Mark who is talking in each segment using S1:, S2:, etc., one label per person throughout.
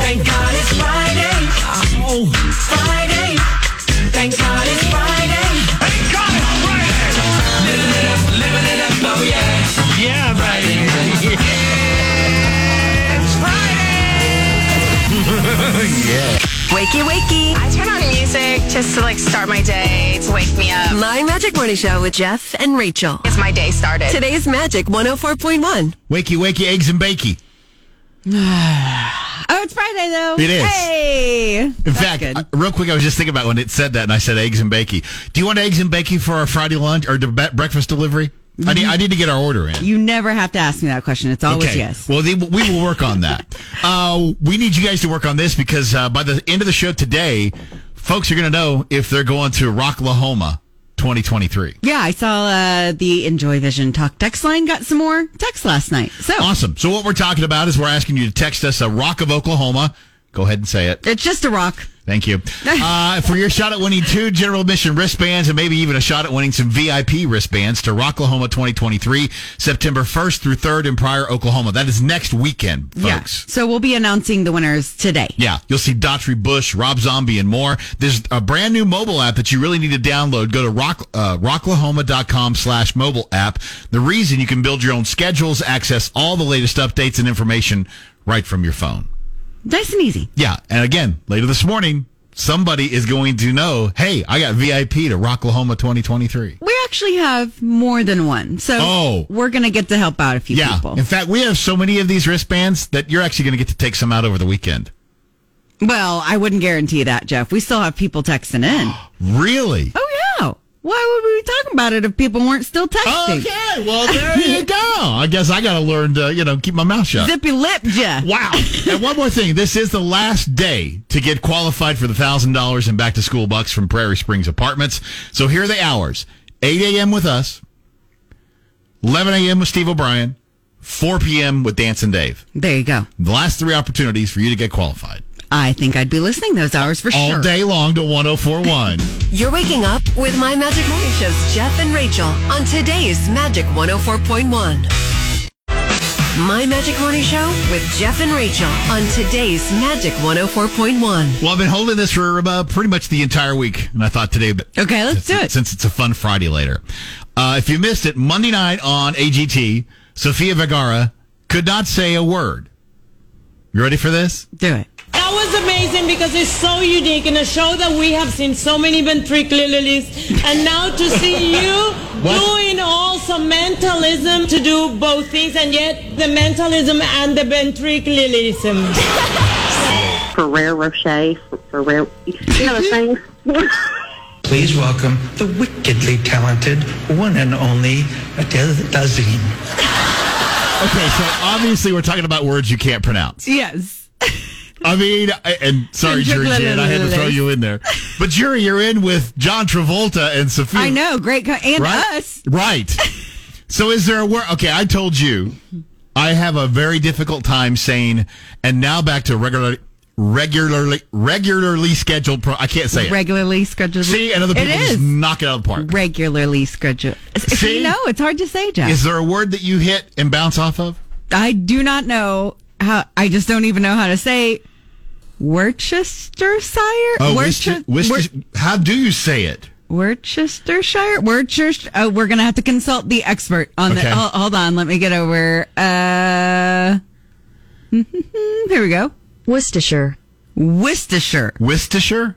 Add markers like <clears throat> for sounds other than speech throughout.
S1: Thank God it's Friday. Oh, Friday. Thank God it's Friday. Thank God it's Friday. Living it up, living it up, oh yeah. Yeah, Friday.
S2: <laughs>
S1: it's Friday.
S3: yeah. Wakey, wakey.
S4: I turn on music just to like start my day to wake me up.
S3: My Magic Morning Show with Jeff and Rachel.
S4: It's my day started.
S3: Today's Magic 104.1.
S5: Wakey, wakey, eggs and bakey.
S2: oh, it's Friday though.
S5: It is.
S2: Hey. In
S5: fact, I- real quick, I was just thinking about when it said that, and I said eggs and bakey. Do you want eggs and bakey for our Friday lunch or de- be- breakfast delivery? I need, I need to get our order in.
S2: you never have to ask me that question. It's always yes.
S5: Well, they, we will work on
S2: <laughs>
S5: that. uh, we need you guys to work on this because uh, by the end of the show today, folks are going to know if they're going to Rocklahoma 2023.
S2: Yeah, I saw uh, the Enjoy Vision Talk text line got some more text last night. So
S5: Awesome. So what we're talking about is we're asking you to text us a Rock of Oklahoma. Go ahead and say it.
S2: it's just a rock.
S5: Thank you. Uh, for your shot at winning two general admission wristbands and maybe even a shot at winning some VIP wristbands to Rocklahoma 2023, September 1st through 3rd in Pryor, Oklahoma. That is next weekend,
S2: Yeah.
S5: folks.
S2: So we'll be announcing the winners today.
S5: Yeah, you'll see Daughtry Bush, Rob Zombie, and more. There's a brand new mobile app that you really need to download. Go to rock, uh, rocklahoma.com slash mobile app. The reason you can build your own schedules, access all the latest updates and information right from your phone.
S2: Nice and easy.
S5: Yeah, and again, later this morning, somebody is going to know, hey, I got VIP to Rocklahoma 2023.
S2: We actually have more than one. So
S5: Oh.
S2: we're going to get to help out a few
S5: Yeah.
S2: people.
S5: In fact, we have so many of these wristbands that you're actually going to get to take some out over the weekend.
S2: Well, I wouldn't guarantee that, Jeff. We still have people texting
S5: <gasps>
S2: in.
S5: Really?
S2: Oh, yeah. Why would we be talking about it if people weren't still texting?
S5: Okay, well, there you go. I guess I got to learn to, you know, keep my mouth shut.
S2: Zippy lip, Jeff.
S5: Wow. and one more thing. This is the last day to get qualified for the $1,000 in back to school bucks from Prairie Springs Apartments. So here are the hours 8 a.m. with us, 11 a.m. with Steve O'Brien, 4 p.m. with Dance and Dave.
S2: There you go.
S5: The last three opportunities for you to get qualified
S2: I think I'd be listening those hours for
S5: all
S2: sure.
S5: day long to 1041.
S3: You're waking up with My Magic Morning Show's Jeff and Rachel on today's Magic 104.1. My Magic Morning Show with Jeff and Rachel on today's Magic 104.1.
S5: well, I've been holding this for uh, pretty much the entire week, and I thought today, but
S2: Okay, let's do it.
S5: since it's a fun Friday later. Uh, if you missed it, Monday night on AGT, Sofia Vergara could not say a word. You ready for this?
S2: Do it.
S6: That was amazing because it's so unique in a show that we have seen so many ventricular lilies. And now to see you
S5: What?
S6: doing also mentalism to do both things and yet the mentalism and the ventricularianism.
S7: Ferrer Rocher, Ferrer, you know those things.
S8: <laughs> Please welcome the wickedly talented one and only Adele Dazim.
S5: Okay, so obviously we're talking about words you can't pronounce.
S2: Yes.
S5: I mean, I- and sorry, Jury Jan, I had to throw you in there. But Jury, you're in with John Travolta and Sophia.
S2: I know. Great. Co- and
S5: <laughs> right?
S2: us.
S5: Right. so is there a word? Okay, I told you I have a very difficult time saying, and now back to regular, regularly, regularly scheduled. Pro- I can't say it.
S2: Regularly scheduled.
S5: Oh, See, and other people
S2: It is.
S5: just knock it out of the park.
S2: regularly scheduled.
S5: See?
S2: You know, it's hard to say, Jeff.
S5: Is there a word that you hit and bounce off of?
S2: I do not know how. I just don't even know how to say Worcestershire.
S5: Oh,
S2: Worcester- Wor-
S5: how do you say it?
S2: Worcestershire. Worcestershire. Oh, we're gonna have to consult the expert on
S5: Okay.
S2: the. Hold, hold on. Let me get over. Uh, <laughs> hmm, here we go.
S3: Worcestershire.
S2: Worcestershire.
S5: Worcestershire?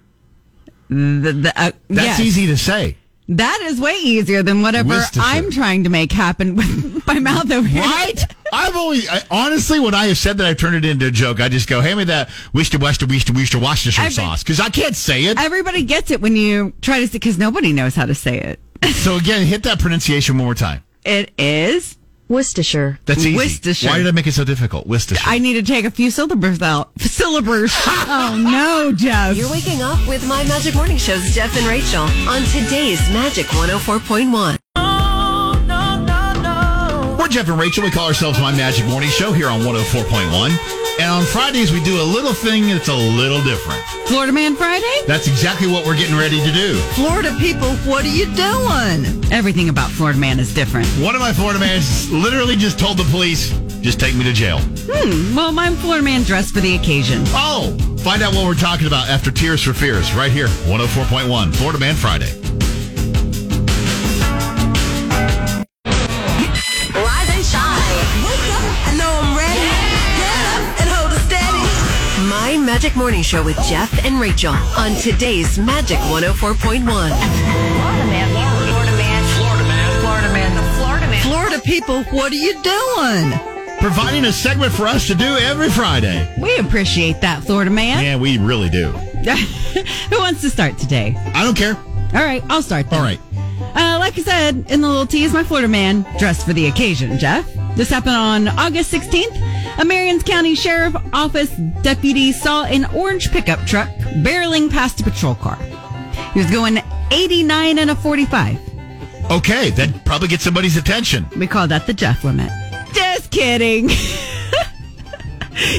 S2: The, the, uh,
S5: That's
S2: yes.
S5: easy to say.
S2: That is way easier than whatever
S5: Worcestershire.
S2: I'm trying to make happen <laughs> with my mouth over here.
S5: Right? <laughs> I've always, I, honestly, when I have said that, I've turned it into a joke. I just go, hand me that Worcester, Worcester, Worcester, Worcester, Worcestershire
S2: Every-
S5: sauce. Because I can't say it.
S2: <laughs> Everybody gets it when you try to say because nobody knows how to say it.
S5: so again, hit that pronunciation one more time.
S2: It is.
S3: Worcestershire.
S5: That's easy.
S2: Worcestershire.
S5: Why did I make it so difficult? Worcestershire.
S2: I need to take a few syllables out. <laughs> Syllables. oh no, Jeff.
S3: You're waking up with My Magic Morning Show's Jeff and Rachel on today's Magic 104.1.
S5: We're Jeff and Rachel. We call ourselves My Magic Morning Show here on 104.1. And on Fridays, we do a little thing that's a little different.
S2: Florida Man Friday.
S5: That's exactly what we're getting ready to do.
S2: Florida people, what are you doing? Everything about Florida Man is different.
S5: One of my Florida mans literally just told the police, Just take me to jail.
S2: Hmm, Well, my floor man dressed for the occasion.
S5: Oh, find out what we're talking about after Tears for Fears right here, 104.1 Florida Man Friday.
S9: Rise and shine.
S10: Wake up, I know I'm ready. Get up and hold it steady.
S3: My Magic Morning Show with Jeff and Rachel on today's Magic 104.1.
S9: Florida man. Florida man. Florida man. Florida man. The Florida man.
S2: Florida people, what are you doing?
S5: Providing a segment for us to do every Friday.
S2: We appreciate that, Florida man.
S5: Yeah, we really do.
S2: <laughs> Who wants to start today?
S5: I don't care.
S2: All right, I'll start. Then.
S5: All right.
S2: Uh, like I said, in the little T is my Florida man dressed for the occasion, Jeff. This happened on August 16th. A Marion County Sheriff Office deputy saw an orange pickup truck barreling past a patrol car. He was going 89 and a 45.
S5: Okay, that probably gets somebody's attention.
S2: We call that the Jeff limit. Just kidding. <laughs>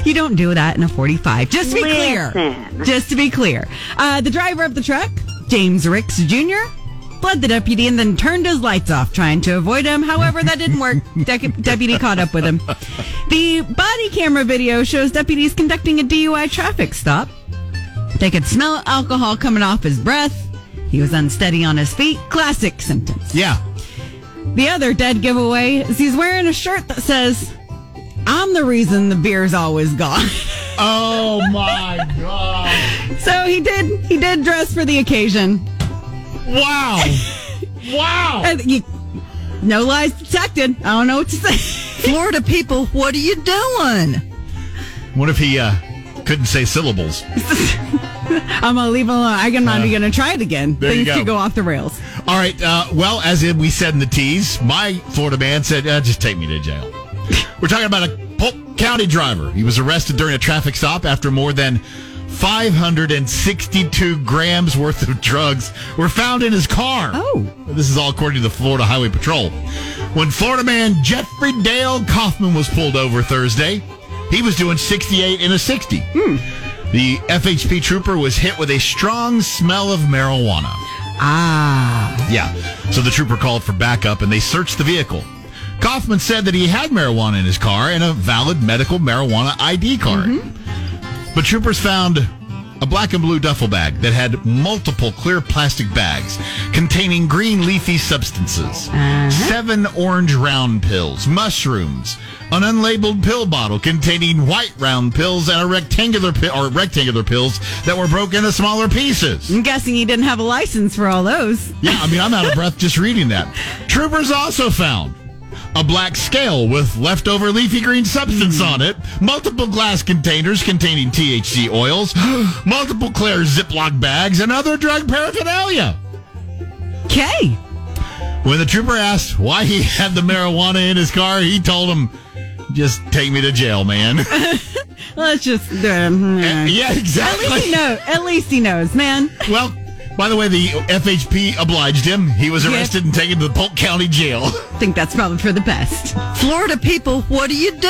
S2: you don't do that in a 45. Just to be clear.
S7: Listen.
S2: Just to be clear. Uh, the driver of the truck, James Ricks Jr., fled the deputy and then turned his lights off trying to avoid him. However, that didn't work. De- deputy caught up with him. The body camera video shows deputies conducting a DUI traffic stop. They could smell alcohol coming off his breath. He was unsteady on his feet. Classic symptoms.
S5: Yeah.
S2: The other dead giveaway is he's wearing a shirt that says, I'm the reason the beer's always gone. <laughs>
S5: Oh my <laughs> god.
S2: So he did he did dress for the occasion.
S5: Wow. Wow.
S2: And you- no lies detected. I don't know what to say. <laughs> Florida people, what are you doing?
S5: What if he uh couldn't say syllables?
S2: I'm gonna leave it alone. I'm not even gonna try it again.
S5: Uh, there you
S2: Things
S5: go.
S2: could go off the rails.
S5: All right. Uh, well, as in we said in the tease, my Florida man said, uh, just take me to jail. We're talking about a Polk County driver. He was arrested during a traffic stop after more than 562 grams worth of drugs were found in his car.
S2: Oh.
S5: This is all according to the Florida Highway Patrol. When Florida man Jeffrey Dale Kaufman was pulled over Thursday, he was doing 68 in a 60. The FHP trooper was hit with a strong smell of marijuana.
S2: Ah.
S5: Yeah. So the trooper called for backup and they searched the vehicle. Kaufman said that he had marijuana in his car and a valid medical marijuana ID card. But troopers found a black and blue duffel bag that had multiple clear plastic bags containing green leafy substances, seven orange round pills, mushrooms, an unlabeled pill bottle containing white round pills and a rectangular pi- or rectangular pills that were broken into smaller pieces.
S2: I'm guessing he didn't have a license for all those.
S5: Yeah, I mean, I'm out of breath just reading that. Troopers also found a black scale with leftover leafy green substance
S2: Hmm.
S5: on it, multiple glass containers containing THC oils, <gasps> multiple clear Ziploc bags, and other drug paraphernalia.
S2: Okay.
S5: When the trooper asked why he had the marijuana in his car, he told him, just take me to jail, man.
S2: <laughs> Let's just uh, hmm.
S5: <laughs> Eh, yeah,
S2: At
S5: exactly.
S2: least he knows. At least he knows, man.
S5: Well, by the way, the FHP obliged him. He was
S2: Yeah.
S5: arrested and taken to the Polk County
S2: <laughs>
S5: Jail.
S2: I think that's probably for the best. Florida people, what are you doing?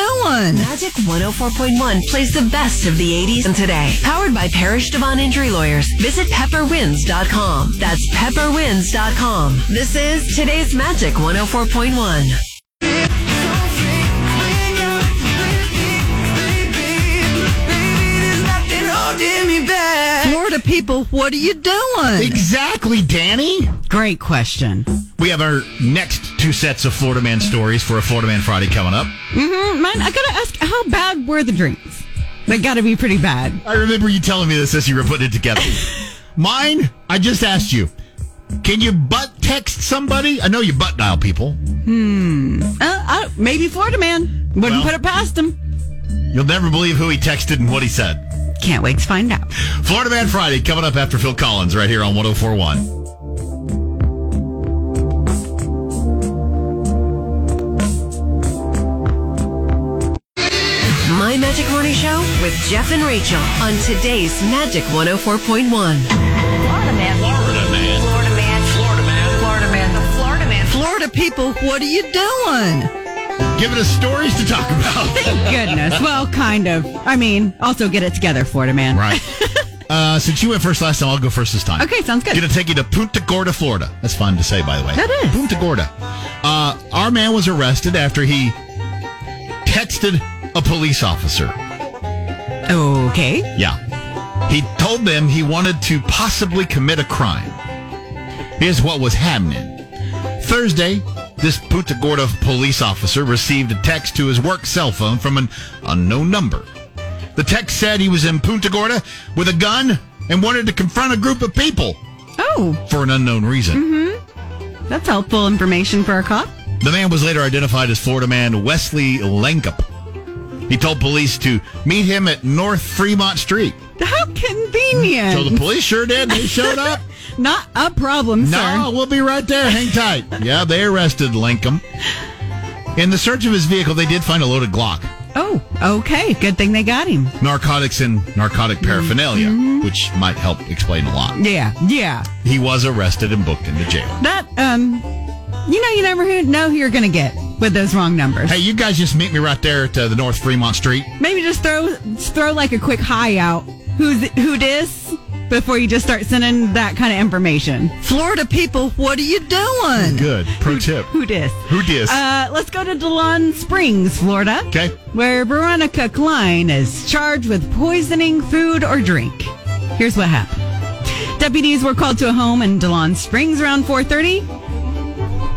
S3: Magic 104.1 plays the best of the 80s and today. Powered by Parish Devon Injury Lawyers. Visit pepperwins.com. That's pepperwins.com. This is today's Magic 104.1.
S11: Oh,
S2: Florida people, what are you doing?
S5: exactly, Danny.
S2: Great question.
S5: We have our next two sets of Florida Man stories for a Florida Man Friday coming up.
S2: Mm, mine, I gotta ask, how bad were the drinks? They gotta be pretty bad.
S5: I remember you telling me this as you were putting it together. Mine, I just asked you, can you butt text somebody? I know you butt dial people.
S2: Uh, I, maybe Florida man. Wouldn't
S5: Well-
S2: put it past him.
S5: You'll never believe who he texted and what he said.
S2: Can't wait to find out.
S5: Florida Man Friday coming up after Phil Collins right here on 1041.
S3: My Magic Morning Show with Jeff and Rachel on today's Magic 104.1.
S9: Florida man. Florida man. Florida man. Florida man. Florida man. The Florida man.
S2: Florida people, what are you doing?
S5: Giving us stories to talk about. <laughs>
S2: Goodness. Well, kind of. I mean, also get it together, Florida man.
S5: right.
S2: <laughs>
S5: Uh, since you went first last time, I'll go first this time.
S2: Okay, sounds good.
S5: Gonna take you to Punta Gorda, Florida. That's fun to say, by the way.
S2: That is.
S5: Punta Gorda. Uh, our man was arrested after he texted a police officer.
S2: Okay.
S5: Yeah. He told them he wanted to possibly commit a crime. Here's what was happening. Thursday, this Punta Gorda police officer received a text to his work cell phone from an unknown number. The text said he was in Punta Gorda with a gun and wanted to confront a group of people
S2: Oh,
S5: for an unknown reason.
S2: that's helpful information for a cop.
S5: The man was later identified as Florida man Wesley Lankup. He told police to meet him at North Fremont Street.
S2: How convenient.
S5: So the police sure did. They showed up.
S2: Not a problem, sir.
S5: No, we'll be right there. Hang tight. Yeah, they arrested Linkum. In the search of his vehicle, they did find a loaded Glock,
S2: Oh, okay. Good thing they got him.
S5: narcotics, and narcotic paraphernalia, which might help explain a lot.
S2: Yeah, yeah.
S5: He was arrested and booked into jail.
S2: That um, you know, you never who- know who you're gonna get with those wrong numbers.
S5: Hey, you guys just meet me right there at uh, the North Fremont Street.
S2: Maybe just throw just throw like a quick hi out. Who's who dis before you just start sending that kind of information.
S10: Florida people, what are you doing?
S5: Good. Pro tip.
S2: Who dis?
S5: Who dis?
S2: Uh, let's go to Delon Springs, Florida.
S5: Okay.
S2: Where Veronica Klein is charged with poisoning food or drink. Here's what happened. Deputies were called to a home in Delon Springs around 4:30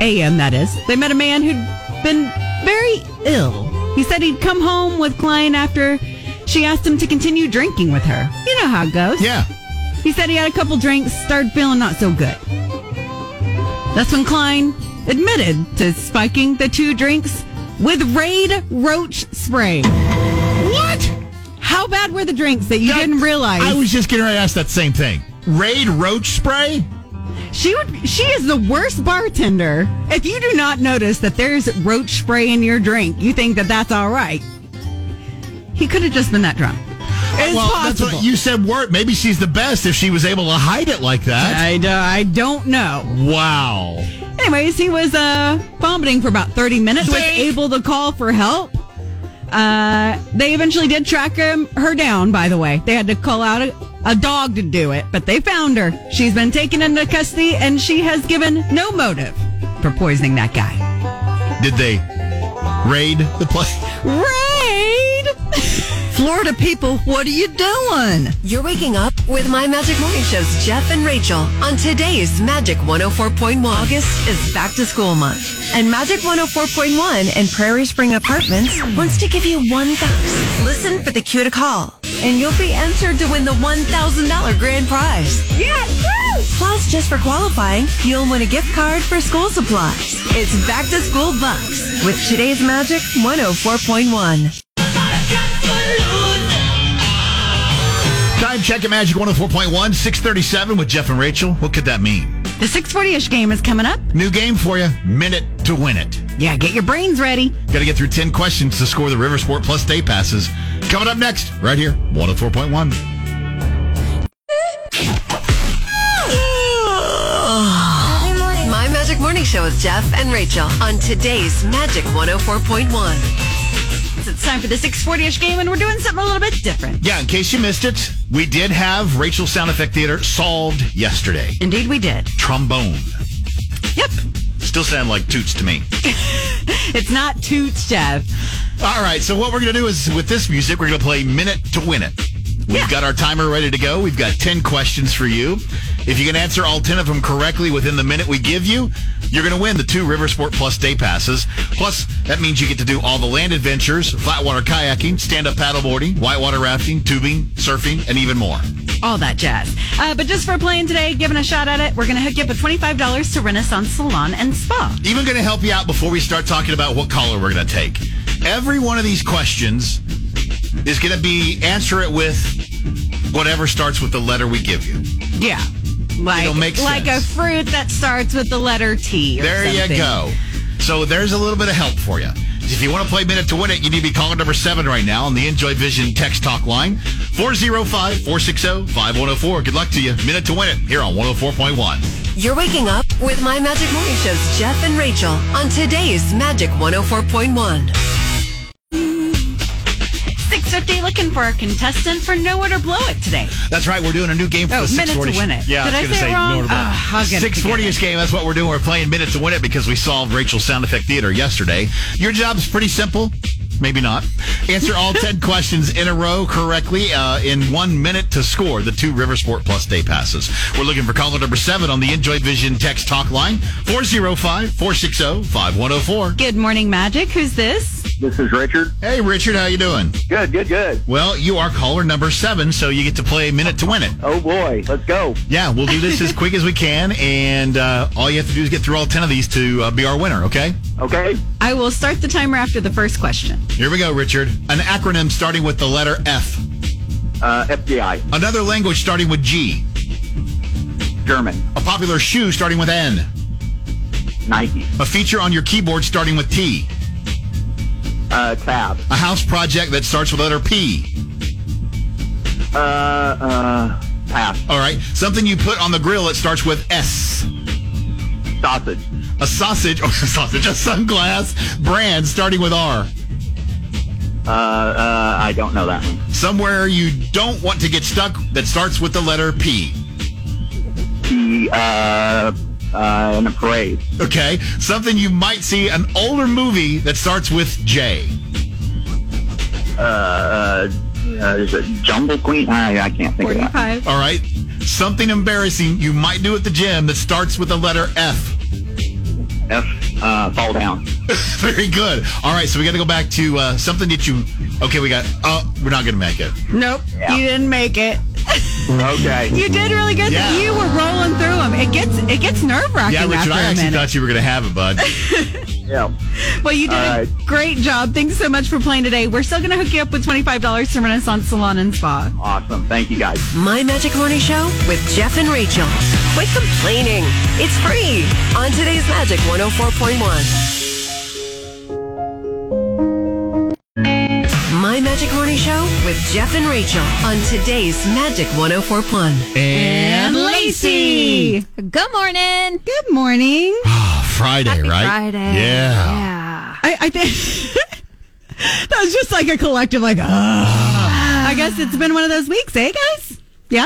S2: a.m. that is. They met a man who'd been very ill. He said he'd come home with Klein after she asked him to continue drinking with her. You know how it goes.
S5: yeah.
S2: He said he had a couple drinks, started feeling not so good. That's when Klein admitted to spiking the two drinks with Raid Roach spray.
S5: What?
S2: How bad were the drinks that you
S5: That-
S2: didn't realize?
S5: I was just getting ready to ask that same thing. Raid roach spray?
S2: she would. She is the worst bartender. If you do not notice that there's roach spray in your drink, you think that that's all right. He could have just been that drunk. It's
S5: well,
S2: possible.
S5: that's what you said. Word. Maybe she's the best if she was able to hide it like that.
S2: I, do- I don't know.
S5: Wow.
S2: Anyways, he was uh, vomiting for about 30 minutes, was able to call for help. Uh, they eventually did track him, her down, by the way. They had to call out a, a dog to do it, but they found her. She's been taken into custody and she has given no motive for poisoning that guy.
S5: Did they raid the place?
S2: <laughs> Raid!
S10: Florida people, what are you doing?
S3: You're waking up with My Magic Morning Show's Jeff and Rachel on today's Magic 104.1. August is back to school month, and Magic 104.1 and Prairie Spring Apartments wants to give you one thousand. Listen for the cue to call, and you'll be entered to win the one thousand dollar grand prize. Yes! Plus, just for qualifying, you'll win a gift card for school supplies. It's back to school bucks with today's Magic 104.1.
S5: Time check at Magic 104.1, 637 with Jeff and Rachel. What could that mean?
S2: The 640 ish game is coming up.
S5: New game for you. Minute to win it.
S2: Yeah, get your brains ready.
S5: Got to get through 10 questions to score the River Sport Plus Day Passes. Coming up next, right here, 104.1.
S3: My Magic Morning Show with Jeff and Rachel on today's Magic 104.1.
S2: It's time for the 640 ish game, and we're doing something a little bit different.
S5: Yeah, in case you missed it, we did have Rachel Sound Effect Theater solved yesterday.
S2: Indeed, we did.
S5: Trombone.
S2: Yep.
S5: Still sound like toots to me.
S2: It's not Toots, Jeff.
S5: All right, so what we're going to do is with this music, we're going to play Minute to Win It. We've
S2: Yeah.
S5: got our timer ready to go. We've got 10 questions for you. If you can answer all 10 of them correctly within the minute we give you, you're going to win the two River Sport Plus day passes. Plus, that means you get to do all the land adventures, flatwater kayaking, stand-up paddleboarding, whitewater rafting, tubing, surfing, and even more.
S2: all that jazz. Uh, but just for playing today, giving a shot at it, we're going to hook you up with $25 to Renaissance Salon and Spa.
S5: even going to help you out before we start talking about what caller we're going to take. Every one of these questions is going to be answer it with whatever starts with the letter we give you.
S2: Yeah. Like,
S5: It'll make
S2: like a
S5: sense.
S2: fruit that starts with the letter T. or
S5: There you
S2: something.
S5: go. So there's a little bit of help for you. If you want to play Minute to Win It, you need to be caller number seven right now on the Enjoy Vision text talk line 405 460 5104. Good luck to you. Minute to Win It here on 104.1.
S3: You're waking up with My Magic Morning Show's Jeff and Rachel on today's Magic 104.1.
S2: 650 looking for a contestant for No Order Blow It today.
S5: That's right. We're doing a new game for
S2: Oh,
S5: the
S2: Minute to
S5: 640.
S2: Win It.
S5: Yeah,
S2: Did
S5: I
S2: I
S5: was going to
S2: say it
S5: say
S2: wrong?
S5: no to
S2: Ah, I'll get it
S5: 640
S2: together.
S5: ish game. That's what we're doing. We're playing Minute to Win It because we solved Rachel Sound Effect Theater yesterday. Your job's pretty simple. maybe not. Answer
S2: <laughs>
S5: all 10 questions in a row correctly uh, in one minute to score the two River Sport Plus day passes. We're looking for caller number seven on the Enjoy Vision text talk line 405 460 5104.
S2: Good morning, Magic. Who's this?
S5: This is Richard. Hey, Richard, how you doing? Good, good, good. Well, you are caller number seven, so you get to play minute to win it. Oh boy, let's go! Yeah, we'll do this as quick as we can, and uh, all you have to do is get through all ten of these to uh, be our winner. Okay? Okay.
S2: I will start the timer after the first question.
S5: Here we go, Richard. An acronym starting with the letter F. Uh, FBI. Another language starting with G. German. A popular shoe starting with N. Nike. A feature on your keyboard starting with T. Uh, tab. A house project that starts with letter P. Uh, uh, pass. All right. Something you put on the grill that starts with S. Sausage. A sausage, <laughs> oh, sausage, a sunglass brand starting with R. Uh, uh, I don't know that one. Somewhere you don't want to get stuck that starts with the letter P. P, uh, uh, in a parade. Okay. Something you might see an older movie that starts with J. Uh, uh, is it Jungle Queen? I, I can't think of that. All right. Something embarrassing you might do at the gym that starts with the letter F. <laughs> F, uh, fall down. Very good. All right, so we got to go back to uh, something that you. Okay, we got. Oh, we're not going to make it.
S2: Nope, you didn't make it.
S5: Okay.
S2: You did really good.
S5: Yeah.
S2: You were rolling through them. It gets it gets nerve wracking
S5: Yeah, Richard,
S2: after
S5: I
S2: a
S5: actually
S2: minute.
S5: thought you were going to have it,
S2: <laughs>
S5: bud. yeah.
S2: Well, you did
S5: All
S2: a
S5: right.
S2: great job. Thanks so much for playing today. We're still going to hook you up with $25 to Renaissance Salon and Spa.
S5: Awesome. Thank you, guys.
S3: My Magic Morning Show with Jeff and Rachel. Quit complaining. It's free on today's Magic 104.1. My Magic Morning Show with Jeff and Rachel on today's Magic 104.1.
S5: And
S2: Lacey.
S12: Good morning.
S2: Good morning.
S5: Friday, right?
S12: Friday.
S5: Yeah.
S2: I, I think <laughs> that was just like a collective, like, ah. I guess it's been one of those weeks, eh, guys? Yeah.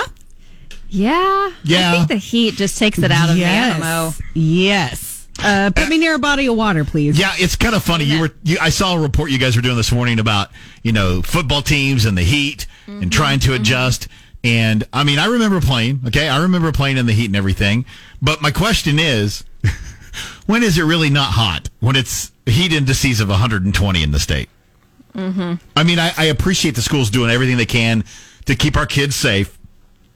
S12: Yeah.
S5: Yeah.
S12: I think the heat just takes it out of
S2: yes.
S12: me. I don't know.
S2: Yes. Uh, put me near a body of water, please.
S5: Yeah, it's kind of funny. You were you, I saw a report you guys were doing this morning about you know football teams and the heat
S2: Mm-hmm.
S5: and trying to adjust. And I mean, I remember playing. Okay, I remember playing in the heat and everything. But my question is, <laughs> when is it really not hot? When it's heat indices of 120 in the state?
S12: Mm-hmm.
S5: I mean, I, I appreciate the schools doing everything they can to keep our kids safe,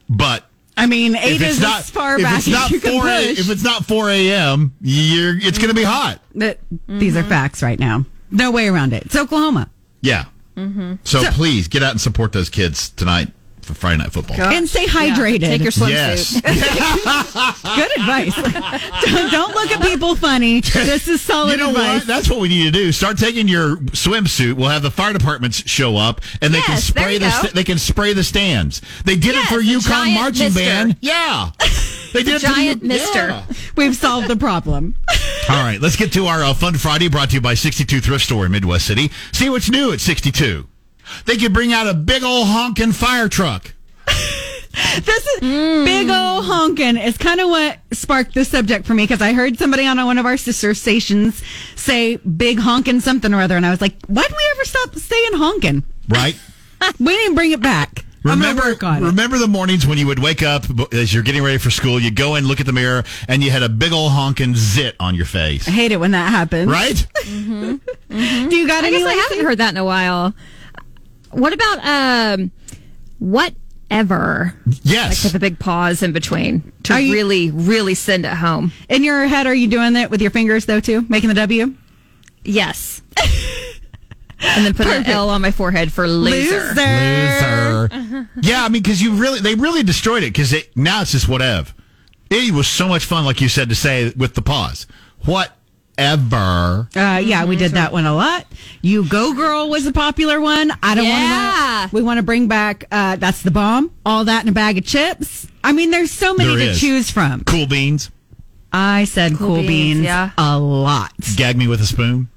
S5: but
S2: I mean, eight
S5: if it's
S2: is
S5: not
S2: as far
S5: if
S2: back
S5: it's
S2: as
S5: not
S2: you can
S5: four a-
S2: push.
S5: if it's not 4 a.m., you're it's going to be hot.
S2: That, These
S12: Mm-hmm.
S2: are facts right now. No way around it. It's Oklahoma.
S5: Yeah.
S2: Mm-hmm.
S5: So, please get out and support those kids tonight for Friday night football.
S2: and stay hydrated.
S12: Uh, Take your swimsuit.
S5: <laughs> Yes.
S2: Good advice. <laughs> don't, don't look at people funny. This is solid
S5: You know
S2: advice.
S5: what? That's what we need to do. Start taking your swimsuit. We'll have the fire departments show up, and they can
S12: Yes, there
S5: spray
S12: you
S5: the
S12: go.
S5: st- they can spray the stands. They did it
S12: Yes,
S5: for
S12: a
S5: UConn
S12: giant
S5: marching
S12: mister. <laughs>
S5: band. Yeah, they did it
S12: giant
S5: for the,
S12: mister.
S5: Yeah.
S2: We've solved the problem.
S5: All right, let's get to our uh, Fun Friday brought to you by 62 Thrift Store in Midwest City. See what's new at 62. They could bring out a big old honkin' fire truck.
S2: This is big old honkin' is kind of what sparked the subject for me because I heard somebody on one of our sister stations say big honkin' something or other, and I was like, why'd we ever stop saying honkin'?
S5: Right?
S2: we didn't bring it back. I'm
S5: Remember,
S2: gonna work on it.
S5: remember the mornings when you would wake up b- as you're getting ready for school, you go in, look at the mirror, and you had a big old honkin' zit on your face.
S2: I hate it when that happens.
S5: Right?
S2: Do you got
S12: I
S2: any?
S12: guess I
S2: Lacey?
S12: haven't heard that in a while. What about um, whatever? Like
S5: Yes.
S12: with a big pause in between to
S2: Are you-
S12: really, really send it home.
S2: In your head, are you doing that with your fingers though too, making the W?
S12: Yes. <laughs> and then put an L on my forehead for laser.
S5: Loser. yeah, I mean, because you really, they really destroyed it because it, now it's just whatever. It was so much fun, like you said, to say with the pause. Whatever.
S2: Uh, yeah, we did that one a lot. You go girl was a popular one. I don't
S12: Yeah.
S2: want to. We want to bring back. Uh, that's the bomb. All that in a bag of chips. I mean, there's so many
S5: There
S2: to
S5: is.
S2: choose from.
S5: Cool beans.
S2: I said cool,
S12: Cool
S2: beans,
S12: beans, yeah.
S2: a lot.
S5: Gag me with a spoon.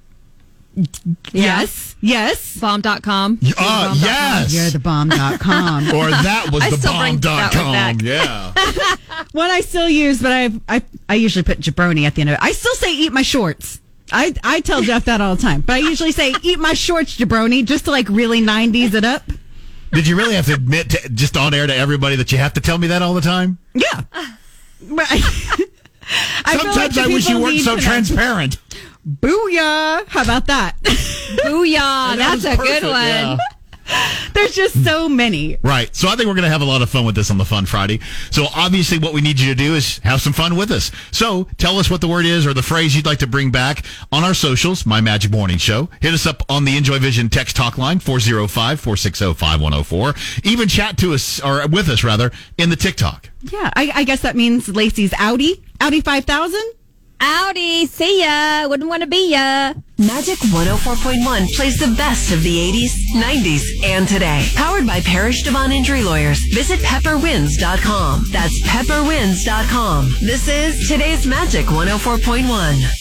S2: Yes, yes.
S12: Bomb.com.
S5: Uh, yes.
S2: You're the <laughs> bomb.com.
S5: <laughs> or that was
S12: I
S5: the
S12: still
S5: bomb
S12: bring
S5: dot
S12: that one
S5: com.
S12: back.
S5: Yeah.
S2: One I still use, but I I I usually put jabroni at the end of it. I still say eat my shorts. I, I tell Jeff that all the time, but I usually say, eat my shorts, jabroni, just to like really 90s it up. <laughs>
S5: Did you really have to admit to, just on air to everybody that you have to tell me that all the time?
S2: Yeah. <laughs> I feel like
S5: Sometimes
S2: the
S5: I wish you
S2: people
S5: weren't
S2: need
S5: so
S2: to know. <laughs>
S5: transparent.
S2: Booyah. How about <laughs> that?
S12: Booyah.
S2: That
S12: That's
S2: was
S12: a
S2: perfect,
S12: good one.
S5: yeah.
S2: There's just so many.
S5: Right. So I think we're going to have a lot of fun with this on the Fun Friday. So obviously, what we need you to do is have some fun with us. So tell us what the word is or the phrase you'd like to bring back on our socials, My Magic Morning Show. Hit us up on the Enjoy Vision text talk line, 405 460 5104. Even chat to us, or with us rather, in the TikTok.
S2: Yeah, I, I guess that means Lacey's Audi, Audi 5000.
S12: Audi, see ya. Wouldn't want to be ya.
S3: Magic 104.1 plays the best of the 80s, 90s, and today. Powered by Parish Devon Injury Lawyers. Visit pepperwinds.com. That's pepperwinds.com. This is today's Magic 104.1.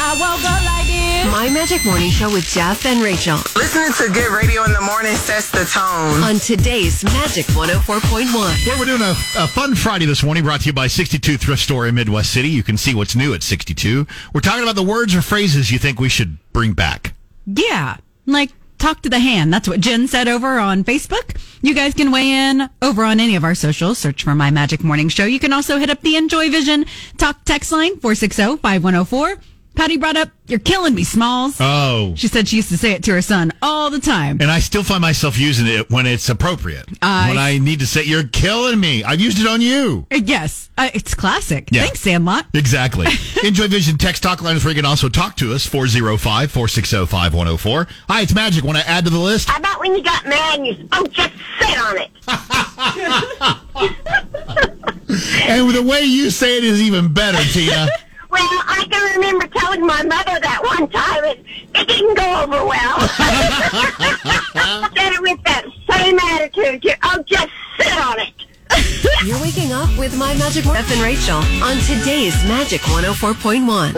S10: I woke up like this.
S3: My Magic Morning Show with Jeff and Rachel.
S11: Listening to good radio in the morning sets the tone.
S3: On today's Magic 104.1.
S5: Well, we're doing a, a fun Friday this morning brought to you by 62 Thrift Store in Midwest City. You can see what's new at 62. We're talking about the words or phrases you think we should bring back.
S2: Yeah, like talk to the hand. That's what Jen said over on Facebook. You guys can weigh in over on any of our socials. Search for My Magic Morning Show. You can also hit up the Enjoy Vision talk text line oh, 460 5104. Patty brought up, You're killing me, Smalls.
S5: Oh.
S2: She said she used to say it to her son all the time.
S5: And I still find myself using it when it's appropriate.
S2: I-
S5: when I need to say, you're killing me. I've used it on you.
S2: Uh, Yes, uh, it's classic.
S5: Yeah.
S2: Thanks, Sandlot.
S5: <laughs> Exactly. Enjoy Vision text talk line is where you can also talk to us, 405 460 5104. Hi, it's Magic. Want to add to the list?
S10: How about when you got mad and you spoke just sit on it?
S5: And the way you say it is even better, <laughs> Tina.
S10: Well, I can remember telling my mother that one time, and it didn't go over well. Said it with that same attitude. You- Oh, just sit on it.
S3: You're waking up with My Magic Morning Jeff and Rachel on today's Magic 104.1.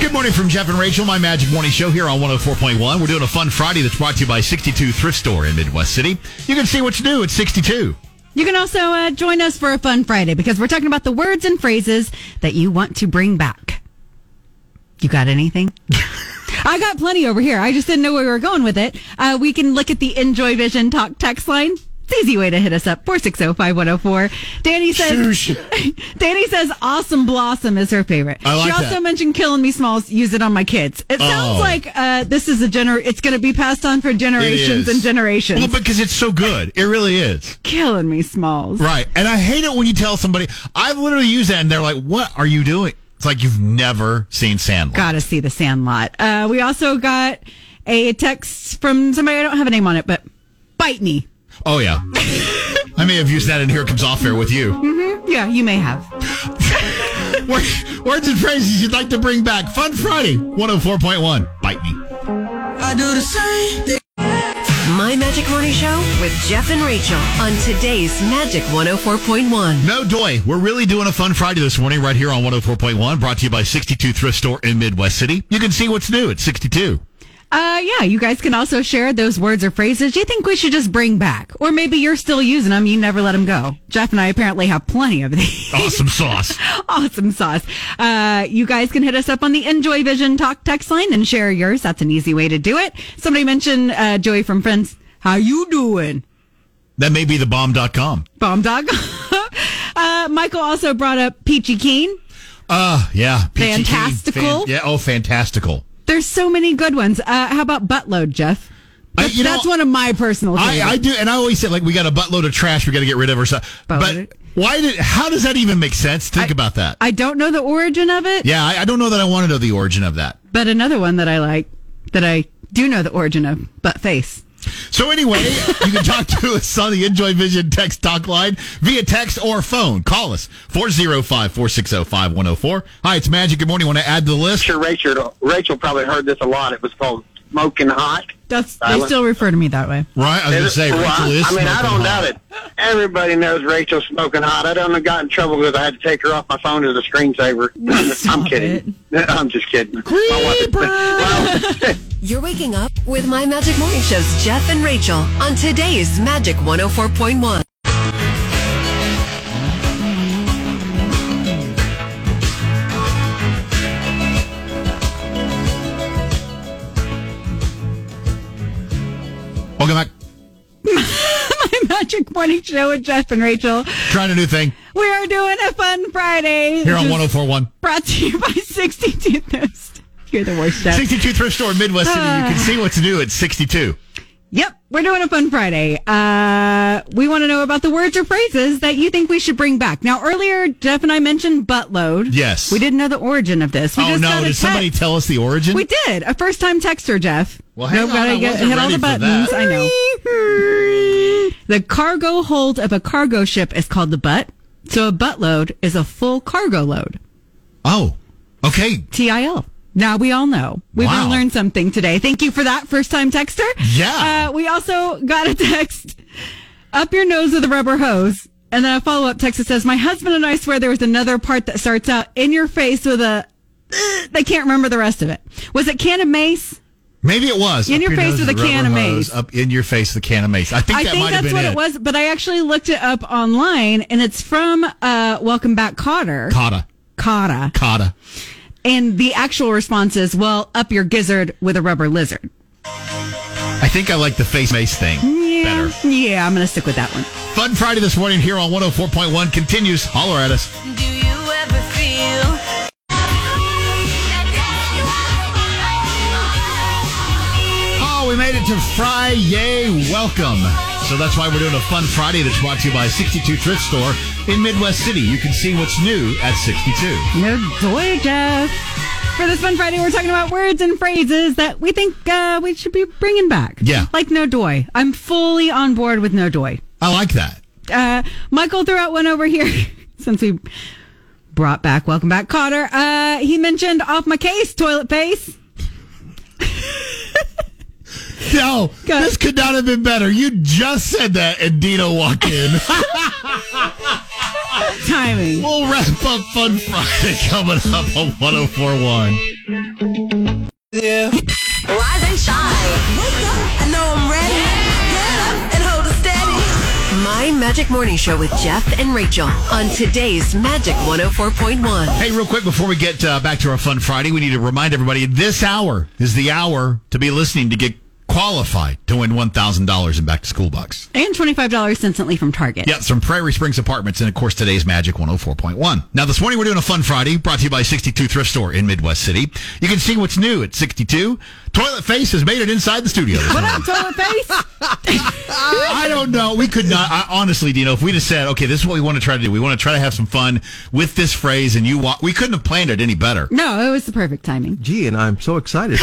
S5: Good morning from Jeff and Rachel, my Magic Morning Show here on 104.1. We're doing a fun Friday that's brought to you by 62 Thrift Store in Midwest City. You can see what's new at 62.
S2: You can also uh, join us for a fun Friday because we're talking about the words and phrases that you want to bring back. You got
S5: <laughs>
S2: anything? I got plenty over here. I just didn't know where we were going with it. Uh, we can look at the Enjoy Vision Talk text line. It's an easy way to hit us up 460-5104. Danny says <laughs> Danny says awesome blossom is her favorite.
S1: I like
S2: she also
S1: that.
S2: mentioned killing me smalls, use it on my kids. It sounds
S5: Oh.
S2: like uh, this is a gener it's gonna be passed on for generations
S5: It is.
S2: and generations.
S5: Well, because it's so good. It really is.
S2: killing me smalls.
S5: Right. And I hate it when you tell somebody, I've literally used that, and they're like, what are you doing? It's like you've never seen Sandlot.
S2: Gotta see the Sandlot. Uh, we also got a text from somebody I don't have a name on it, but bite me.
S5: Oh, yeah. I may have used that in Here Comes Off Air with you.
S2: <laughs> hmm Yeah, you may have.
S5: Wor- Words and phrases you'd like to bring back. Fun Friday, 104.1. Bite me.
S3: I do the same My Magic Morning Show with Jeff and Rachel on today's Magic 104.1.
S5: No doy. We're really doing a fun Friday this morning right here on 104.1, brought to you by 62 Thrift Store in Midwest City. You can see what's new at 62.
S2: Uh, yeah, you guys can also share those words or phrases you think we should just bring back. Or maybe you're still using them, you never let them go. Jeff and I apparently have plenty of these.
S5: <laughs>
S2: <laughs>
S5: Awesome sauce.
S2: awesome sauce. Uh, you guys can hit us up on the Enjoy Vision Talk text line and share yours. That's an easy way to do it. Somebody mentioned uh, Joey from Friends. How you doing?
S5: That may be the bomb.com.
S2: Bomb dog. <laughs> uh, Michael also brought up Peachy Keen.
S5: Uh, yeah. Peachy Keen,
S2: Fantastical?
S5: yeah. Oh, fantastical.
S2: There's so many good ones. Uh, how about buttload, Jeff?
S5: I-
S2: That's,
S5: you know,
S2: that's one of my personal.
S5: I, I
S2: favorites.
S5: do, and I always say like we got a buttload of trash we got to get rid of or something. But why did? How does that even make sense? Think about that.
S2: I don't know the origin of it,
S5: yeah, I, I don't know that I want to know the origin of that.
S2: but another one that I like that I do know the origin of, butt face.
S5: So anyway, you can talk to us on the Enjoy Vision text talk line via text or phone. Call us 405-460-5104. Hi, it's Magic. Good morning. Want to add to the list?
S13: sure Rachel Rachel probably heard this a lot. It was called smoking hot.
S2: That's they
S13: Silent.
S2: still refer to me that way. <laughs>
S5: Right. I was going to say
S13: Well, I-
S5: Rachel is.
S13: I mean, I
S5: smoking
S13: don't
S5: hot.
S13: doubt it. Everybody knows Rachel smoking hot. I don't got in trouble because I had to take her off my phone as a screensaver.
S14: <laughs>
S13: I'm kidding. I'm just kidding. My wife-
S3: You're waking up with My Magic Morning Show's Jeff and Rachel on today's Magic 104.1.
S5: Welcome back.
S2: My Magic Morning Show with Jeff and Rachel.
S5: Trying a new thing
S2: We are doing a fun Friday.
S5: here on
S2: Just
S5: 1041.
S2: Brought to you by <laughs> 62 Thrift. You're the worst, Jeff.
S5: 62 Thrift Store, Midwest City. You
S2: Ah.
S5: can see what's new at 62.
S2: Yep, we're doing a fun Friday. Uh, we want to know about the words or phrases that you think we should bring back. Now, earlier, Jeff and I mentioned buttload.
S5: Yes.
S2: We didn't know the origin of this. We
S5: oh,
S2: just
S5: no.
S2: got a
S5: Did somebody
S2: text.
S5: tell us the origin?
S2: We did. A first time texter, Jeff.
S5: Well, hang
S2: Nope,
S5: on,
S2: gotta
S5: I
S2: get-
S5: wasn't
S2: hit all
S5: ready
S2: the
S5: for
S2: buttons.
S5: that.
S2: I know. The cargo hold of a cargo ship is called the butt. So a buttload is a full cargo load.
S5: Oh, okay.
S2: TIL. Now we all know. We've
S5: Wow.
S2: all learned something today. Thank you for that, first time texter.
S5: Yeah.
S2: Uh, we also got a text up your nose with a rubber hose. And then a follow up text that says, My husband and I swear there was another part that starts out in your face with a. uh, They can't remember the rest of it. Was it can of mace?
S5: Maybe it was.
S2: In
S5: Up
S2: your face
S5: nose
S2: with a
S5: rubber
S2: can of
S5: hose,
S2: mace.
S5: Up in your face with a can of mace. I think
S2: I
S5: that
S2: think
S5: might have
S2: that's
S5: been
S2: what
S5: it.
S2: it was, but I actually looked it up online and it's from uh, Welcome Back Cotter.
S5: Cotta.
S2: Cotta.
S5: Cotta.
S2: And the actual response is, well, up your gizzard with a rubber lizard.
S5: I think I like the face mace thing
S2: Yeah.
S5: better.
S2: Yeah, I'm going to stick with that one.
S5: Fun Friday this morning here on 104.1 continues. Holler at us.
S1: Do you ever feel?
S5: Oh, we made it to Fry. Yay, welcome. So that's why we're doing a fun Friday that's brought to you by 62 Thrift Store in Midwest City. You can see what's new at 62.
S2: No doy, Jeff. For this fun Friday, we're talking about words and phrases that we think uh, we should be bringing back.
S5: Yeah.
S2: Like no doy. I'm fully on board with no doy.
S5: I like that.
S2: Uh, Michael threw out one over here <laughs> since we brought back Welcome Back Cotter. Uh, he mentioned off my case, toilet face.
S5: No, this could not have been better. You just said that, and Dino walked in. <laughs>
S2: Timing.
S5: We'll wrap up Fun Friday coming up on 1041.
S1: Yeah.
S10: Rise and shine. Wake up. I know I'm ready.
S3: and hold it steady. My Magic Morning Show with Jeff and Rachel on today's Magic 104.1.
S5: Hey, real quick before we get uh, back to our Fun Friday, we need to remind everybody this hour is the hour to be listening to get qualified to win $1,000 in back to school bucks.
S2: And $25 instantly from Target.
S5: Yes, from Prairie Springs Apartments, and of course today's Magic 104.1. Now this morning we're doing a fun Friday brought to you by 62 Thrift Store in Midwest City. You can see what's new at 62. Toilet Face has made it inside the studio. this
S2: What
S5: morning.
S2: <laughs> up, toilet
S14: <laughs>
S2: face?
S5: I don't know. We could not. I, honestly, Dino, if we just said, okay, this is what we want to try to do. We want to try to have some fun with this phrase, and you walk. We couldn't have planned it any better.
S2: No, it was the perfect timing.
S14: Gee, and I'm so excited.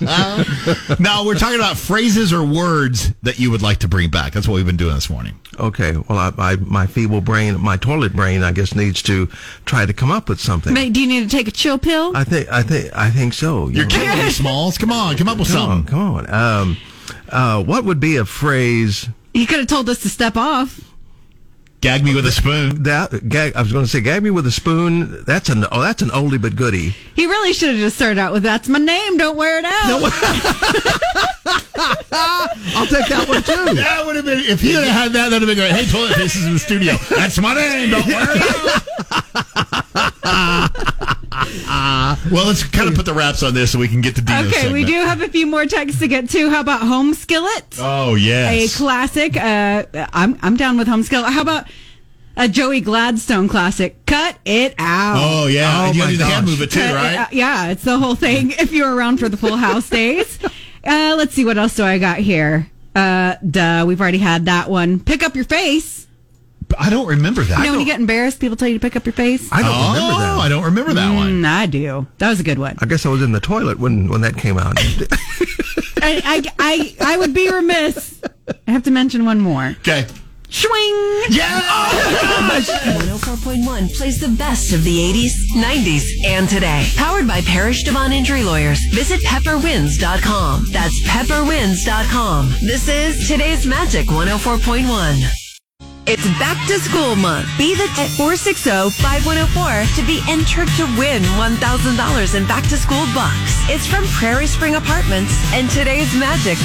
S5: now we're talking about phrases or words that you would like to bring back. That's what we've been doing this morning.
S14: okay, well, I, I, my feeble brain, my toilet brain, I guess, needs to try to come up with something.
S2: Mate, do you need to take a chill pill?
S14: I think, I think, I think so.
S5: You're killing me, Smalls. Come on, come up with
S14: Come on,
S5: something.
S14: come on. Um, uh, what would be a phrase?
S2: He could have told us to step off.
S5: Gag me with a spoon.
S14: That gag. I was going to say, gag me with a spoon. That's an oh, that's an oldie but goodie.
S2: He really should have just started out with "That's my name, don't wear it out."
S14: I'll take that one too.
S5: That would have been if he had had that. That'd have been great. Hey, toilet face is in the studio. That's my name. Don't worry. well, let's kind of put the wraps on this so we can get to Dino's
S2: okay, we
S5: segment.
S2: do have a few more texts to get to. How about home skillet?
S5: Oh yes.
S2: A classic. Uh, I'm I'm down with home skillet. How about a Joey Gladstone classic? Cut it out.
S5: Oh yeah,
S14: Oh,
S5: and you
S14: my
S5: do the hand
S14: gosh.
S5: move it too,
S2: Cut it
S5: right?
S2: out. yeah, it's the whole thing. <laughs> If you were around for the Full House
S5: <laughs>
S2: days, uh, let's see what else do I got here. Uh, duh, we've already had that one. Pick up your face.
S5: I don't remember that.
S2: You know when you get embarrassed, people tell you to pick up your face.
S14: I don't
S5: oh,
S14: remember that.
S5: I don't remember that one.
S2: Mm, I do. That was a good one.
S14: I guess I was in the toilet when when that came out.
S2: I, I, I, I would be remiss. I have to mention one more.
S5: Okay.
S2: Swing.
S5: Yeah.
S3: 104.1 plays the best of the 80s, 90s, and today. Powered by Parish Devon Injury Lawyers. Visit pepperwins.com. That's pepperwins.com. This is today's Magic 104.1. It's back to school month. Be the oh at 460-5104 to be entered to win $1,000 in back to school bucks. It's from Prairie Spring Apartments and today's Magic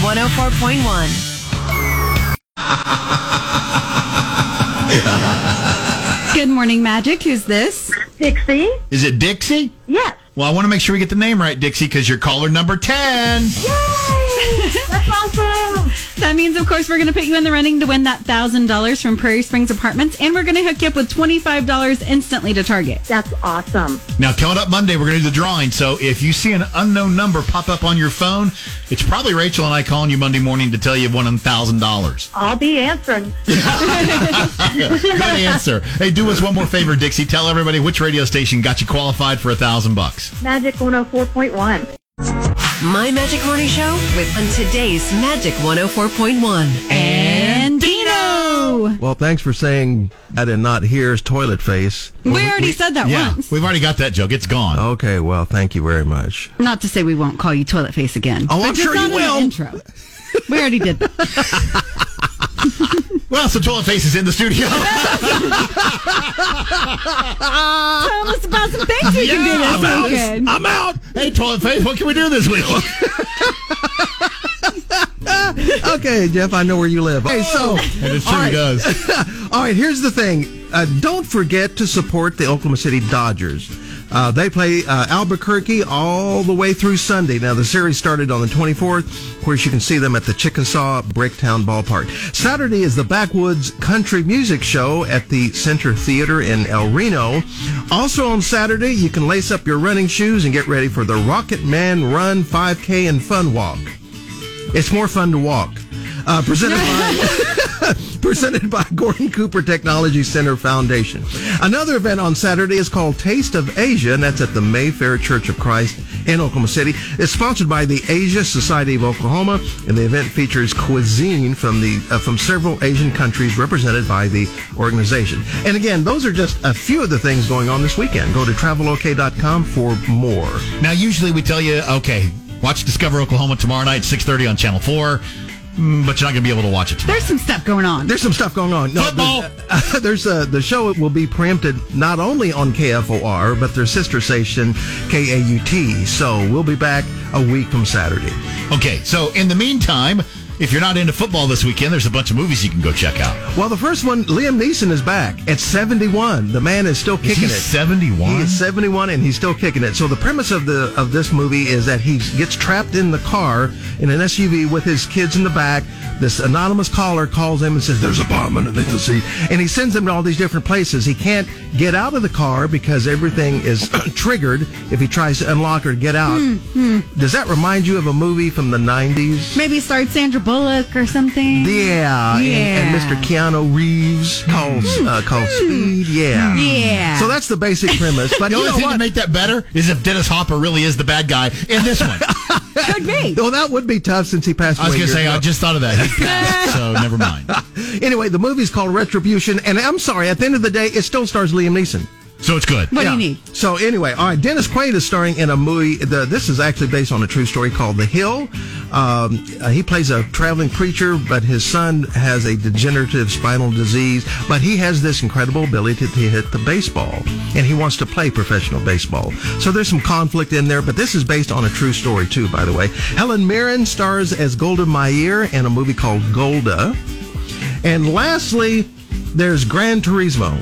S3: 104.1.
S2: Good morning, Magic. Who's this?
S10: Dixie?
S5: Is it Dixie?
S10: Yes.
S5: Well, I want to make sure we get the name right, Dixie, because you're caller number ten.
S10: Yay! That's my
S2: That means, of course, we're going to put you in the running to win that $1,000 from Prairie Springs Apartments, and we're going to hook you up with $25 instantly to Target.
S10: That's awesome.
S5: Now, coming up Monday, we're going to do the drawing. So if you see an unknown number pop up on your phone, it's probably Rachel and I calling you Monday morning to tell you one thousand
S2: <laughs>
S5: dollars.
S10: I'll be answering.
S5: Good answer. Hey, do us one more favor, Dixie. Tell everybody which radio station got you qualified for a thousand bucks.
S10: Magic 104.1.
S3: My Magic Morning Show with on today's Magic 104.1. And Dino!
S14: Well, thanks for saying that and not here's toilet face.
S2: We already said that
S5: yeah,
S2: once.
S5: We've already got that joke. It's gone.
S14: Okay, well, thank you very much.
S2: Not to say we won't call you toilet face again.
S14: Oh,
S2: but
S14: I'm
S2: just
S14: sure you
S2: not in the
S14: will.
S2: Intro. We already
S14: <laughs>
S2: did that.
S5: Well, so Toilet Face is in the studio.
S2: Tell us about some things we can do
S5: <laughs> I'm out.
S2: this weekend.
S5: I'm out. Hey, Toilet Face, what can we do
S2: <laughs>
S5: this week?
S14: okay, Jeff, I know where you live. Okay, so
S5: And it sure
S14: all right.
S5: does.
S14: all right, here's the thing. Uh, don't forget to support the Oklahoma City Dodgers. Uh, they play uh, Albuquerque all the way through Sunday. Now, the series started on the 24th. Of course, you can see them at the Chickasaw Bricktown Ballpark. Saturday is the Backwoods Country Music Show at the Center Theater in El Reno. Also on Saturday, you can lace up your running shoes and get ready for the Rocket Man Run 5K and Fun Walk. It's more fun to walk. Uh, presented by presented by Gordon Cooper Technology Center Foundation. Another event on Saturday is called Taste of Asia, and that's at the Mayfair Church of Christ in Oklahoma City. It's sponsored by the Asia Society of Oklahoma, and the event features cuisine from the uh, from several Asian countries represented by the organization. And again, those are just a few of the things going on this weekend. Go to travelok.com for more.
S5: Now, usually we tell you, okay, watch Discover Oklahoma tomorrow night, six thirty on Channel Four, Mm, but you're not going to be able to watch it tomorrow.
S2: There's some stuff going on.
S14: There's some stuff going on.
S5: Football.
S14: There's, <laughs> there's, uh, the show will be preempted not only on KFOR but their sister station KAUT. So we'll be back a week from Saturday.
S5: Okay, so in the meantime, if you're not into football this weekend, there's a bunch of movies you can go check out.
S14: Well, the first one, Liam Neeson is back at 71. The man is still kicking
S5: he
S14: it.
S5: 71?
S14: He is 71 and he's still kicking it. So the premise of the of this movie is that he gets trapped in the car in an SUV with his kids in the back. This anonymous caller calls him and says, "There's a bomb underneath the seat," and he sends him to all these different places. He can't get out of the car because everything is <clears throat> triggered if he tries to unlock or get out. Does that remind you of a movie from the 90s?
S2: Maybe start Sandra Bullock or something.
S14: Yeah, And, and
S2: Yeah.
S14: Mr. Keanu Reeves calls
S5: Hmm.
S14: uh, calls Speed. Yeah,
S2: Yeah.
S14: So that's the basic premise. But
S5: <laughs> The
S14: you
S5: only
S14: know
S5: thing to
S14: what?
S5: make that better is if Dennis Hopper really is the bad guy in this
S14: <laughs>
S5: one.
S2: Could be.
S14: Well, that would be tough since he passed
S5: I was
S14: away.
S5: going to
S14: years
S5: say, I
S14: ago.
S5: just thought of that. He passed, so never mind.
S14: <laughs> Anyway, the movie's called Retribution, and I'm sorry. At the end of the day, it still stars Liam Neeson.
S5: So it's good.
S2: What
S14: Yeah.
S2: do you need?
S14: So anyway, all right. Dennis Quaid is starring in a movie. uh, The, this is actually based on a true story called The Hill. Um, uh, he plays a traveling preacher, but his son has a degenerative spinal disease. But he has this incredible ability to, to hit the baseball, and he wants to play professional baseball. So there's some conflict in there. But this is based on a true story too, by the way. Helen Mirren stars as Golda Meir in a movie called Golda. And lastly, there's Gran Turismo.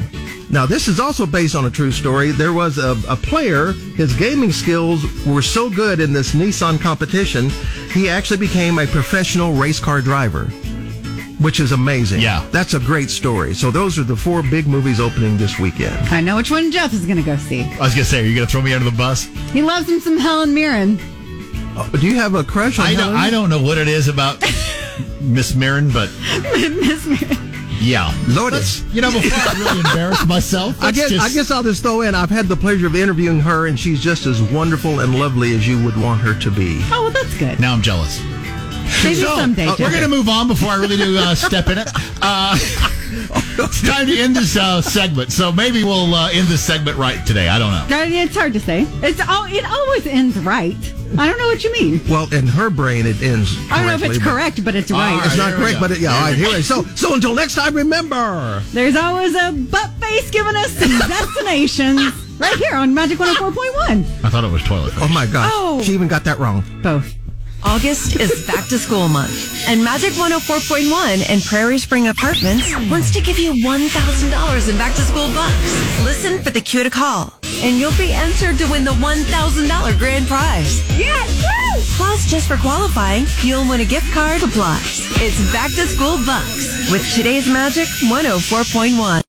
S14: Now, this is also based on a true story. There was a, a player, his gaming skills were so good in this Nissan competition, he actually became a professional race car driver, which is amazing.
S5: Yeah.
S14: That's a great story. So, those are the four big movies opening this weekend.
S2: I know which one Jeff is going to go see.
S5: I was going to say, are you going to throw me under the bus?
S2: He loves him some Helen Mirren. <laughs>
S14: Uh, Do you have a crush on
S5: I don't,
S14: Helen?
S5: I don't know what it is about Miss Mirren, but
S2: Miss Mirren.
S5: yeah.
S14: Lotus.
S5: Let's- You know, before I really embarrass myself,
S14: I
S5: let's
S14: guess,
S5: just-
S14: I guess I'll just throw in I've had the pleasure of interviewing her, and she's just as wonderful and lovely as you would want her to be.
S2: Oh, well, that's good.
S5: Now I'm jealous.
S2: Maybe someday,
S5: uh,
S2: Jeff.
S5: we're going to move on before I really do uh, step in it. Uh, it's time to end this uh, segment. So maybe we'll uh, end this segment right today. I don't know.
S2: No, It's hard to say. It's all. It always ends right. I don't know what you mean.
S14: Well, in her brain, it ends.
S2: I don't know if it's
S14: correctly, but-
S2: correct, but it's
S5: All
S2: right.
S5: right.
S14: It's not
S5: there we
S14: correct,
S5: go.
S14: but it, yeah. All right, here it is. So, so until next time, remember.
S2: There's always a butt face giving us some
S5: <laughs>
S2: destinations right here on
S5: Ah.
S2: Magic 104.1.
S5: I thought it was toilet.
S14: Oh my gosh,
S2: Oh.
S14: she even got that wrong.
S2: Both.
S3: August is back to school month, and Magic 104.1 and Prairie Spring Apartments wants to give you $1,000 in back to school bucks. Listen for the cue to call, and you'll be entered to win the $1,000 grand prize.
S2: Yes! Woo!
S3: Plus, just for qualifying, you'll win a gift card to Plus. It's back to school bucks with today's Magic 104.1.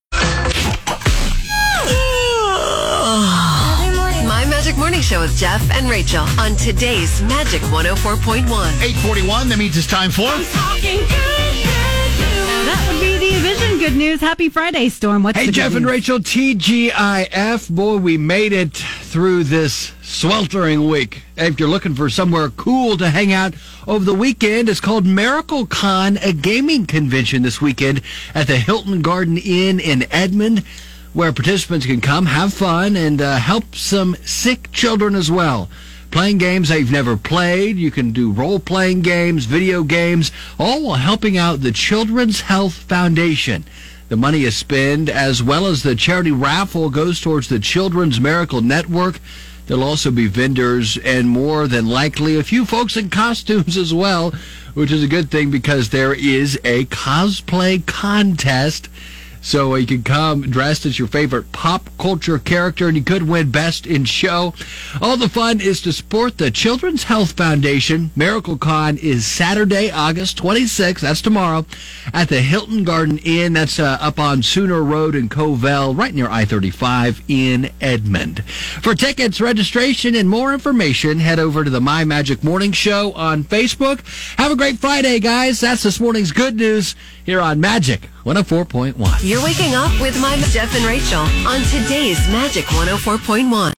S3: My Magic Morning Show with Jeff and Rachel on today's Magic 104.1.
S15: 841, that means it's time for.
S2: That would be the Vision Good News. Happy Friday, Storm. What's
S5: Hey,
S2: the good
S5: Jeff and
S2: news?
S5: Rachel, TGIF. Boy, we made it through this sweltering week. If you're looking for somewhere cool to hang out over the weekend, it's called Miracle Con, a gaming convention this weekend at the Hilton Garden Inn in Edmond, where participants can come, have fun, and uh, help some sick children as well playing games they've never played. You can do role playing games, video games, all while helping out the Children's Health Foundation. The money is spent as well as the charity raffle goes towards the Children's Miracle Network. There'll also be vendors and more than likely a few folks in costumes as well, which is a good thing because there is a cosplay contest. So uh, you can come dressed as your favorite pop culture character and you could win Best in Show. All the fun is to support the Children's Health Foundation. MiracleCon is Saturday, August 26th. That's tomorrow at the Hilton Garden Inn. That's uh, up on Sooner Road in Covell, right near I-35 in Edmond. For tickets, registration, and more information, head over to the My Magic Morning Show on Facebook. Have a great Friday, guys. That's this morning's good news here on Magic 104.1.
S3: You're waking up with my Jeff and Rachel on today's Magic 104.1.